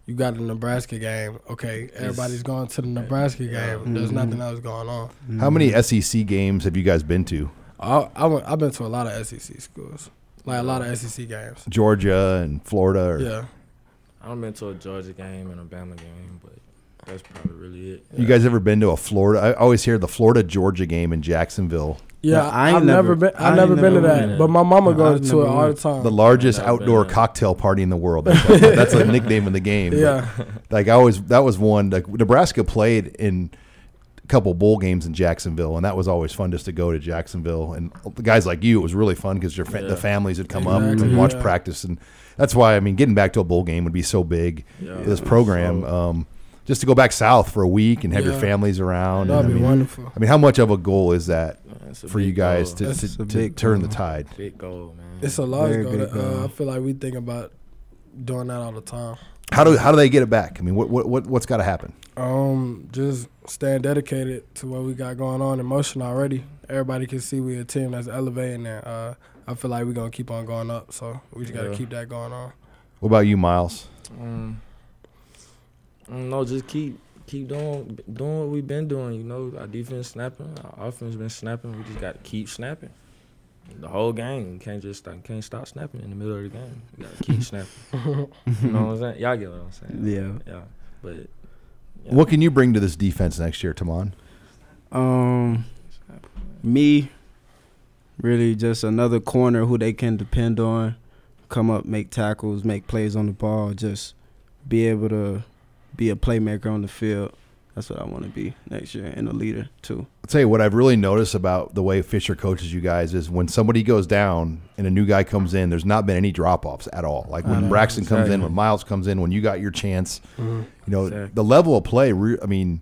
Speaker 3: you got a Nebraska game. Okay, everybody's going to the Nebraska game.
Speaker 4: Mm-hmm.
Speaker 3: There's nothing else going on.
Speaker 2: How many SEC games have you guys been to?
Speaker 3: I, I went, I've been to a lot of SEC schools, like a lot of SEC games.
Speaker 2: Georgia and Florida. Or
Speaker 3: Yeah,
Speaker 7: I've been to a Georgia game and a Bama game, but that's probably really it.
Speaker 2: You guys ever been to a Florida? I always hear the Florida Georgia game in Jacksonville.
Speaker 3: yeah.
Speaker 4: I
Speaker 3: I
Speaker 4: ain't
Speaker 3: have never,
Speaker 4: never-
Speaker 3: been.
Speaker 4: I
Speaker 3: I've
Speaker 4: ain't
Speaker 3: never been to
Speaker 4: never
Speaker 3: that.
Speaker 4: went.
Speaker 3: But my mama
Speaker 4: No,
Speaker 3: goes
Speaker 4: I've
Speaker 3: to it
Speaker 4: never
Speaker 3: all the
Speaker 4: went.
Speaker 3: time.
Speaker 2: The largest
Speaker 7: I've never
Speaker 2: outdoor
Speaker 7: been.
Speaker 2: cocktail party in the world. That's, that's, that's a nickname in the game. but,
Speaker 3: Yeah.
Speaker 2: Like I always, that was one. Like Nebraska played in a couple bowl games in Jacksonville, and that was always fun just to go to Jacksonville. And the guys like you, it was really fun because your fa- the families would come up
Speaker 3: Exactly,
Speaker 2: and watch
Speaker 3: yeah.
Speaker 2: practice, and that's why I mean, getting back to a bowl game would be so big.
Speaker 7: Yeah.
Speaker 2: for this program. Um, just to go back south for a week and have your
Speaker 3: Yeah.
Speaker 2: families around.
Speaker 3: That'd
Speaker 2: and, I
Speaker 3: be
Speaker 2: mean,
Speaker 3: wonderful.
Speaker 2: I mean, how much of a goal is that
Speaker 7: That's a
Speaker 2: for you
Speaker 7: big
Speaker 2: guys
Speaker 7: goal.
Speaker 2: to,
Speaker 3: That's
Speaker 2: to,
Speaker 4: a
Speaker 2: to
Speaker 4: big
Speaker 2: turn the
Speaker 4: goal.
Speaker 2: tide?
Speaker 7: Big goal, man.
Speaker 3: It's a large
Speaker 4: Very
Speaker 3: goal.
Speaker 4: big
Speaker 3: that, Uh,
Speaker 4: goal.
Speaker 3: I feel like we think about doing that all the time.
Speaker 2: How do how do they get it back? I mean, what what, what what's got to happen?
Speaker 3: Um, just staying dedicated to what we got going on in motion already. Everybody can see we're a team that's elevating, and uh, I feel like we're gonna keep on going up. So we just gotta
Speaker 7: Yeah.
Speaker 3: keep that going on.
Speaker 2: What about you, Miles?
Speaker 7: Um, mm, no, just keep keep doing doing what we've been doing. You know, our defense snapping, our offense been snapping. We just got to keep snapping the whole game. You can't just stop, can't stop snapping in the middle of the game. You got to keep snapping. you know what I'm saying? Y'all get what I'm saying?
Speaker 4: Yeah.
Speaker 7: yeah. But Yeah.
Speaker 2: What can you bring to this defense next year, Tamon?
Speaker 4: Um, me, really just another corner who they can depend on. Come up, make tackles, make plays on the ball. Just be able to be a playmaker on the field. That's what I want to be next year, and a leader too.
Speaker 2: I'll tell you what I've really noticed about the way Fisher coaches you guys is when somebody goes down and a new guy comes in, there's not been any drop offs at all. Like when Braxton comes in, when Miles comes in, when you got your chance, you know,
Speaker 7: Exactly.
Speaker 2: the level of play. re- I mean,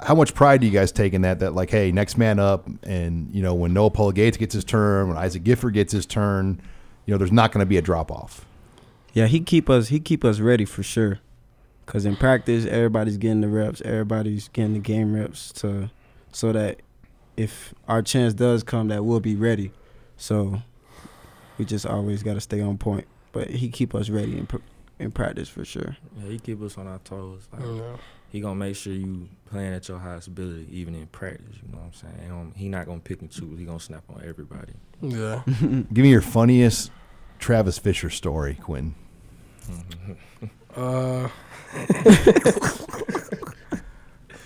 Speaker 2: how much pride do you guys take in that? That like, hey, next man up, and you know, when Noah Paul Gates gets his turn, when Isaac Gifford gets his turn, you know, there's not going to be a drop off.
Speaker 4: Yeah, he keep us he keep us ready for sure. Cause in practice, everybody's getting the reps, everybody's getting the game reps to, so that if our chance does come, that we'll be ready. So we just always got to stay on point. But he keep us ready in pr- in practice for sure.
Speaker 7: yeah, he keep us on our toes. Like,
Speaker 3: Yeah.
Speaker 7: He gonna make sure you playing at your highest ability, even in practice. You know what I'm saying? He don't- He not gonna pick and choose. He gonna snap on everybody.
Speaker 3: Yeah.
Speaker 2: Give me your funniest Travis Fisher story, Quinn.
Speaker 3: Uh,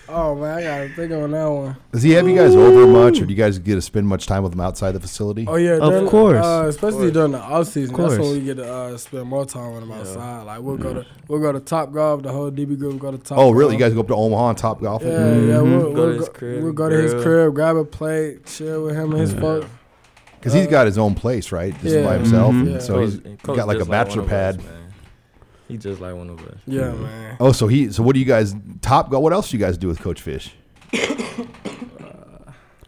Speaker 3: oh man, I gotta think on that one.
Speaker 2: Does he have you guys over much, or do you guys get to spend much time with him outside the facility?
Speaker 3: Oh yeah,
Speaker 4: Of
Speaker 3: during-
Speaker 4: course.
Speaker 3: uh, especially
Speaker 7: Of course.
Speaker 3: during the off season.
Speaker 4: Of
Speaker 3: That's when
Speaker 4: course.
Speaker 3: we get to uh, spend more time with them outside. Like we'll go to we'll go to Top Golf. The whole DB group go to Top.
Speaker 2: Oh, really? You
Speaker 3: Golf.
Speaker 2: guys go up to Omaha and Top Golf?
Speaker 3: Yeah,
Speaker 5: Mm-hmm.
Speaker 3: yeah. We'll,
Speaker 7: Go to
Speaker 3: we'll,
Speaker 7: his
Speaker 3: go,
Speaker 7: crib,
Speaker 3: we'll go to his
Speaker 7: grill.
Speaker 3: crib, grab a plate, chill with him and his folks.
Speaker 2: Because he's got his own place, right? Just
Speaker 3: Yeah. Mm-hmm.
Speaker 2: by himself.
Speaker 4: Mhm.
Speaker 2: and
Speaker 3: Yeah.
Speaker 2: So he's
Speaker 7: And Coach
Speaker 2: got like a
Speaker 7: just
Speaker 2: bachelor
Speaker 7: one of us,
Speaker 2: pad.
Speaker 7: man. He just like one of us.
Speaker 3: Yeah, man.
Speaker 2: Oh, so he. So what do you guys top? Go. What else do you guys do with Coach Fish?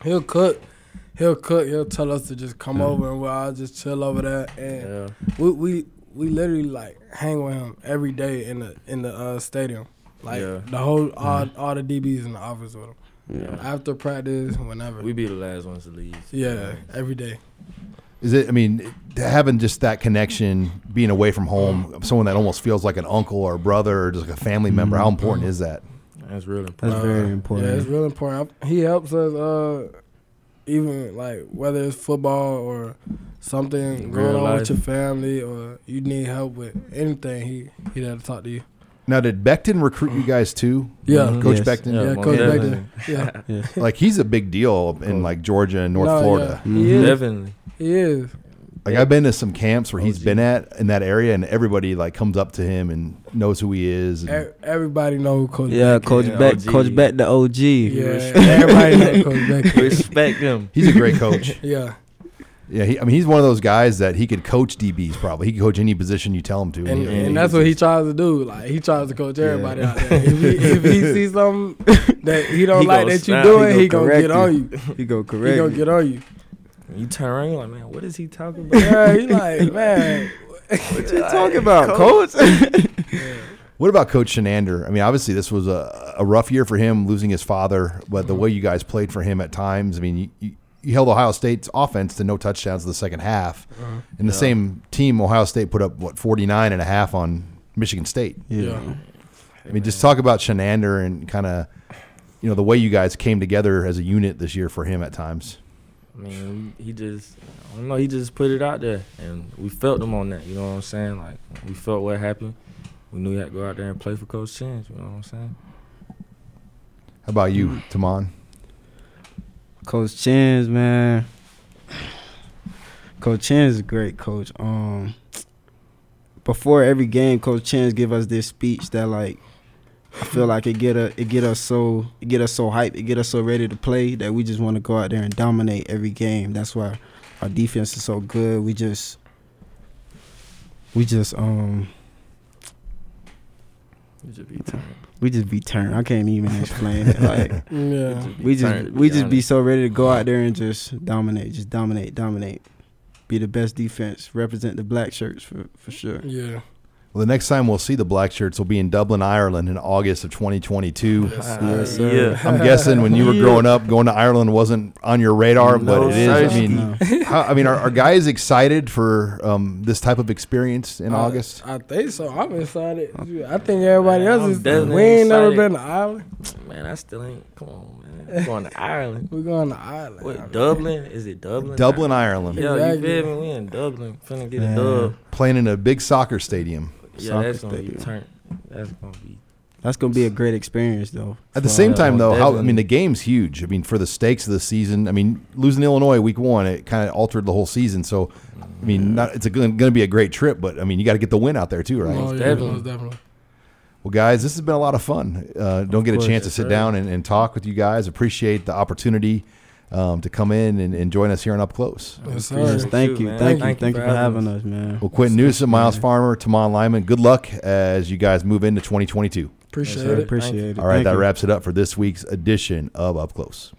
Speaker 3: He'll cook. he'll cook. He'll tell us to just come over and we'll all just chill over there. And we, we we literally like hang with him every day in the in the uh, stadium. Like
Speaker 5: Yeah.
Speaker 3: the whole all, all the DBs in the office with him.
Speaker 5: Yeah.
Speaker 3: After practice, whenever.
Speaker 5: We be the last ones to leave.
Speaker 3: Yeah, every day.
Speaker 2: Is it? I mean, having just that connection, being away from home, someone that almost feels like an uncle or a brother or just like a family member.
Speaker 3: Mm-hmm.
Speaker 2: How important is that?
Speaker 5: That's really important.
Speaker 4: That's very
Speaker 3: Yeah, it's
Speaker 4: important.
Speaker 3: real important. I- He helps us, uh, even like whether it's football or something going
Speaker 5: Real
Speaker 3: on
Speaker 5: life.
Speaker 3: with your family or you need help with anything. He he there to talk to you.
Speaker 2: Now, did Beckton recruit you guys too?
Speaker 3: Yeah.
Speaker 2: Coach
Speaker 3: Yes.
Speaker 2: Beckton.
Speaker 3: Yeah, Yeah, Coach definitely. Beckton. Yeah.
Speaker 2: like he's a big deal in like Georgia and North
Speaker 3: No, yeah.
Speaker 2: Florida.
Speaker 3: He is. He is.
Speaker 2: Like I've been to some camps where he's been at in that area, and everybody like comes up to him and knows who he is. And
Speaker 3: E- everybody know who Coach.
Speaker 4: Yeah,
Speaker 3: Beck
Speaker 4: Coach
Speaker 3: is.
Speaker 4: Beck, Coach Beck, the OG.
Speaker 3: Yeah, everybody know Coach Beck. is.
Speaker 4: Respect him.
Speaker 2: He's a great coach.
Speaker 3: Yeah.
Speaker 2: yeah, he, I mean he's one of those guys that he could coach DBs probably. He could coach any position you tell him to.
Speaker 3: And, and that's what he tries to do. Like he tries to coach everybody out there. If he, if he sees something that he don't
Speaker 4: He
Speaker 3: like
Speaker 4: gonna
Speaker 3: that you
Speaker 4: snap.
Speaker 3: doing,
Speaker 4: He
Speaker 3: he
Speaker 4: gonna
Speaker 3: gonna get on
Speaker 4: correct
Speaker 3: you.
Speaker 4: you. He gonna
Speaker 3: He
Speaker 4: correct
Speaker 3: gonna
Speaker 4: you.
Speaker 3: get on you.
Speaker 5: You turn around, you're like, man, what is he talking about?
Speaker 3: Yeah, he like man.
Speaker 4: What you talking about, Coach?
Speaker 2: What about Coach Shenander? I mean, obviously this was a, a rough year for him, losing his father. But
Speaker 3: Mm-hmm.
Speaker 2: the way you guys played for him at times, I mean, you, you, you held Ohio State's offense to no touchdowns in the second half,
Speaker 3: Uh-huh.
Speaker 2: and the same team Ohio State put up what 49 and a half on Michigan State.
Speaker 4: Yeah.
Speaker 2: I mean, just talk about Shenander and kind of you know the way you guys came together as a unit this year for him at times.
Speaker 5: I mean, he just, I don't know, he just put it out there, and we felt him on that. You know what I'm saying? Like we felt what happened. We knew he had to go out there and play for Coach Chance. You know what I'm saying?
Speaker 2: How about
Speaker 4: Mm.
Speaker 2: you, Tamon?
Speaker 4: Coach Chins, man. Coach Chins is a great coach. Um, before every game, Coach Chins give us this speech that like I feel like it get us, it get us so it get us so hyped, it get us so ready to play that we just want to go out there and dominate every game. That's why our defense is so good. We just we just um
Speaker 5: It just be time.
Speaker 4: we just be turned. I can't even explain it. Like
Speaker 3: Yeah.
Speaker 4: we just
Speaker 5: Turned, to
Speaker 4: we
Speaker 5: be
Speaker 4: just be
Speaker 5: honest.
Speaker 4: so ready to go out there and just dominate, just dominate, dominate. Be the best defense. Represent the black shirts for for sure.
Speaker 3: Yeah.
Speaker 2: Well, the next time we'll see the black shirts will be in Dublin, Ireland, in August of 2022.
Speaker 4: Yes, sir.
Speaker 2: I'm guessing when you were growing up, going to Ireland wasn't on your radar, but
Speaker 4: No,
Speaker 2: it is. I
Speaker 4: sir.
Speaker 2: mean, how, I mean, are, are guys excited for um, this type of experience in
Speaker 3: Uh,
Speaker 2: August?
Speaker 3: I think so. I'm excited. I think everybody else
Speaker 5: I'm
Speaker 3: is. We ain't
Speaker 5: definitely
Speaker 3: never
Speaker 5: excited.
Speaker 3: been to Ireland.
Speaker 5: Man, I still ain't. Come on, man. I'm going to Ireland.
Speaker 3: We're going to Ireland.
Speaker 5: What Dublin? Is it Dublin?
Speaker 2: Dublin, Ireland.
Speaker 5: Yeah,
Speaker 3: Exactly.
Speaker 5: you feel me? We in Dublin. Finna get
Speaker 4: Man.
Speaker 5: a dub.
Speaker 2: Playing in a big soccer stadium.
Speaker 5: Yeah,
Speaker 4: Soccer
Speaker 5: that's gonna be
Speaker 4: stadium.
Speaker 5: turn. That's gonna be.
Speaker 4: That's gonna be a great experience though.
Speaker 2: At the
Speaker 4: for-
Speaker 2: same time, though, how, I
Speaker 5: Devin.
Speaker 2: mean, the game's huge. I mean, for the stakes of the season, I mean, losing Illinois week one, it kind of altered the whole season. So, I mean, not, it's going to be a great trip, but I mean, you got to get the win out there too, right?
Speaker 3: Oh, yeah,
Speaker 5: Dublin.
Speaker 3: most definitely.
Speaker 2: Well, guys, this has been a lot of fun. Uh, don't get a
Speaker 5: course,
Speaker 2: chance to
Speaker 5: yes,
Speaker 2: sit
Speaker 5: sir.
Speaker 2: down and, and talk with you guys. Appreciate the opportunity um, to come in and, and join us here on Up Close.
Speaker 3: Yes, sir.
Speaker 4: Yes, thank you,
Speaker 5: man.
Speaker 4: thank you,
Speaker 5: Thank you
Speaker 4: thank you
Speaker 5: for
Speaker 4: for
Speaker 5: having
Speaker 4: having us, man.
Speaker 2: Well, Quentin Newsom, Miles Farmer, Tamon Lyman, good luck as you guys move into 2022.
Speaker 3: Appreciate
Speaker 5: sir.
Speaker 3: it.
Speaker 4: Appreciate it.
Speaker 2: All right,
Speaker 4: Thank
Speaker 2: that
Speaker 4: you.
Speaker 2: wraps it up for this week's edition of Up Close.